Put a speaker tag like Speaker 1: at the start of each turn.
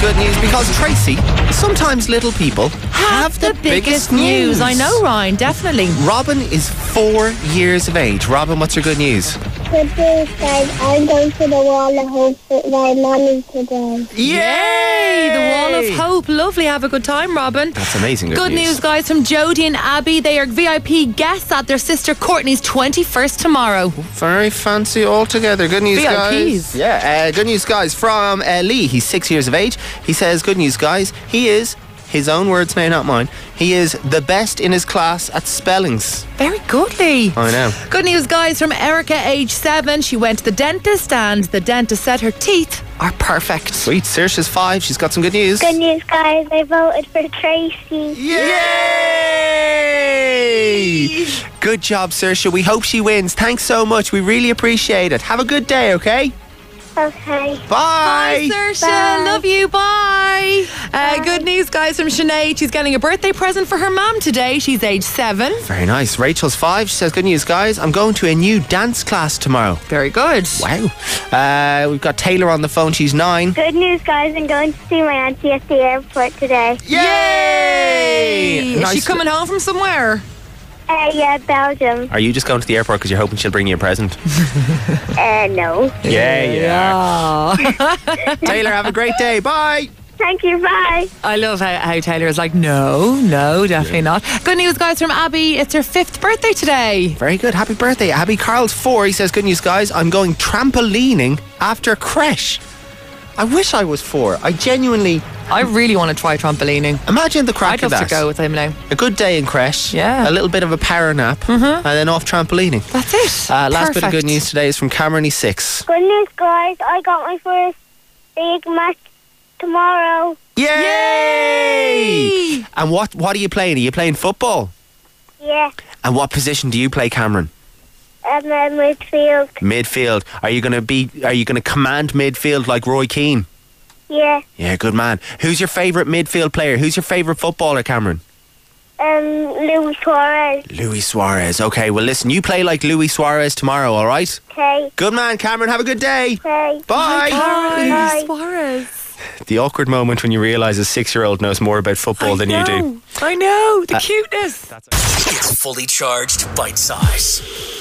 Speaker 1: good news because, Tracy, sometimes little people have, the, biggest, news.
Speaker 2: I know, Ryan, definitely.
Speaker 1: Robin is four years of age. Robin, what's your good news?
Speaker 3: Good news, guys. I'm going to the wall of hope with my mommy today.
Speaker 2: Yay! The Wall of Hope. Lovely. Have a good time, Robin.
Speaker 1: That's amazing. Good,
Speaker 2: Good news, guys, from Jodie and Abby. They are VIP guests at their sister Courtney's 21st tomorrow.
Speaker 1: Very fancy altogether. Good news, guys.
Speaker 2: VIPs.
Speaker 1: Yeah. Uh, good news, guys. From uh, Lee. He's six years of age. He says, "Good news, guys. He is." His own words, no, not mine. He is the best in his class at spellings.
Speaker 2: Very goodly.
Speaker 1: I know.
Speaker 2: Good news, guys, from Erica, age seven. She went to the dentist, and the dentist said her teeth are perfect.
Speaker 1: Sweet. Saoirse's five. She's got some good news.
Speaker 3: Good news, guys. I voted for Tracy.
Speaker 1: Yay! Good job, Saoirse. We hope she wins. Thanks so much. We really appreciate it. Have a good day, okay?
Speaker 3: Okay.
Speaker 1: Bye.
Speaker 2: Bye, Saoirse. Love you. Bye. Uh, good news, guys, from Sinead. She's getting a birthday present for her mum today. She's age seven.
Speaker 1: Very nice. Rachel's five. She says, Good news, guys. I'm going to a new dance class tomorrow.
Speaker 2: Very good.
Speaker 1: Wow. Uh, we've got Taylor on the phone. She's nine.
Speaker 3: Good news, guys. I'm going to see my auntie at the airport today.
Speaker 1: Yay!
Speaker 2: Is
Speaker 1: Nice.
Speaker 2: she coming home from somewhere?
Speaker 3: Uh, yeah, Belgium.
Speaker 1: Are you just going to the airport because you're hoping she'll bring you a present?
Speaker 3: Uh, no.
Speaker 1: yeah, yeah.
Speaker 2: Oh.
Speaker 1: Taylor, have a great day. Bye.
Speaker 3: Thank you. Bye.
Speaker 2: I love how, how Taylor is like, no, no, definitely not. Good news, guys, from Abby. It's her fifth birthday today.
Speaker 1: Very good. Happy birthday, Abby. Carl's four. He says, Good news, guys. I'm going trampolining after creche. I wish I was four. I genuinely
Speaker 2: I really want to try trampolining.
Speaker 1: imagine the crack
Speaker 2: I'd
Speaker 1: of
Speaker 2: love
Speaker 1: that.
Speaker 2: to go with him now.
Speaker 1: A good day in creche.
Speaker 2: Yeah.
Speaker 1: A little bit of a power nap. And then off trampolining.
Speaker 2: That's it.
Speaker 1: Uh, last bit of
Speaker 2: Perfect.
Speaker 1: good news today is from Cameron. He's six.
Speaker 3: Good news, guys. I got my first big match tomorrow.
Speaker 1: Yay!
Speaker 2: Yay!
Speaker 1: And what, what are you playing? Are you playing football?
Speaker 3: Yeah. Um,
Speaker 1: And what position do you play, Cameron?
Speaker 3: And then midfield.
Speaker 1: Midfield. Are you gonna be? Are you gonna command midfield like Roy Keane?
Speaker 3: Yeah.
Speaker 1: Yeah, good man. Who's your favourite midfield player? Who's your favourite footballer, Cameron?
Speaker 3: Um, Luis Suarez.
Speaker 1: Luis Suarez. Okay, well, listen, you play like Luis Suarez tomorrow, all right?
Speaker 3: Okay.
Speaker 1: Good man, Cameron. Have a good day.
Speaker 3: Okay.
Speaker 1: Bye.
Speaker 3: Bye.
Speaker 2: Suarez.
Speaker 1: The awkward moment when you realise a six year old knows more about football than you do. Uh,
Speaker 2: I know. The cuteness.
Speaker 4: It's fully charged bite size.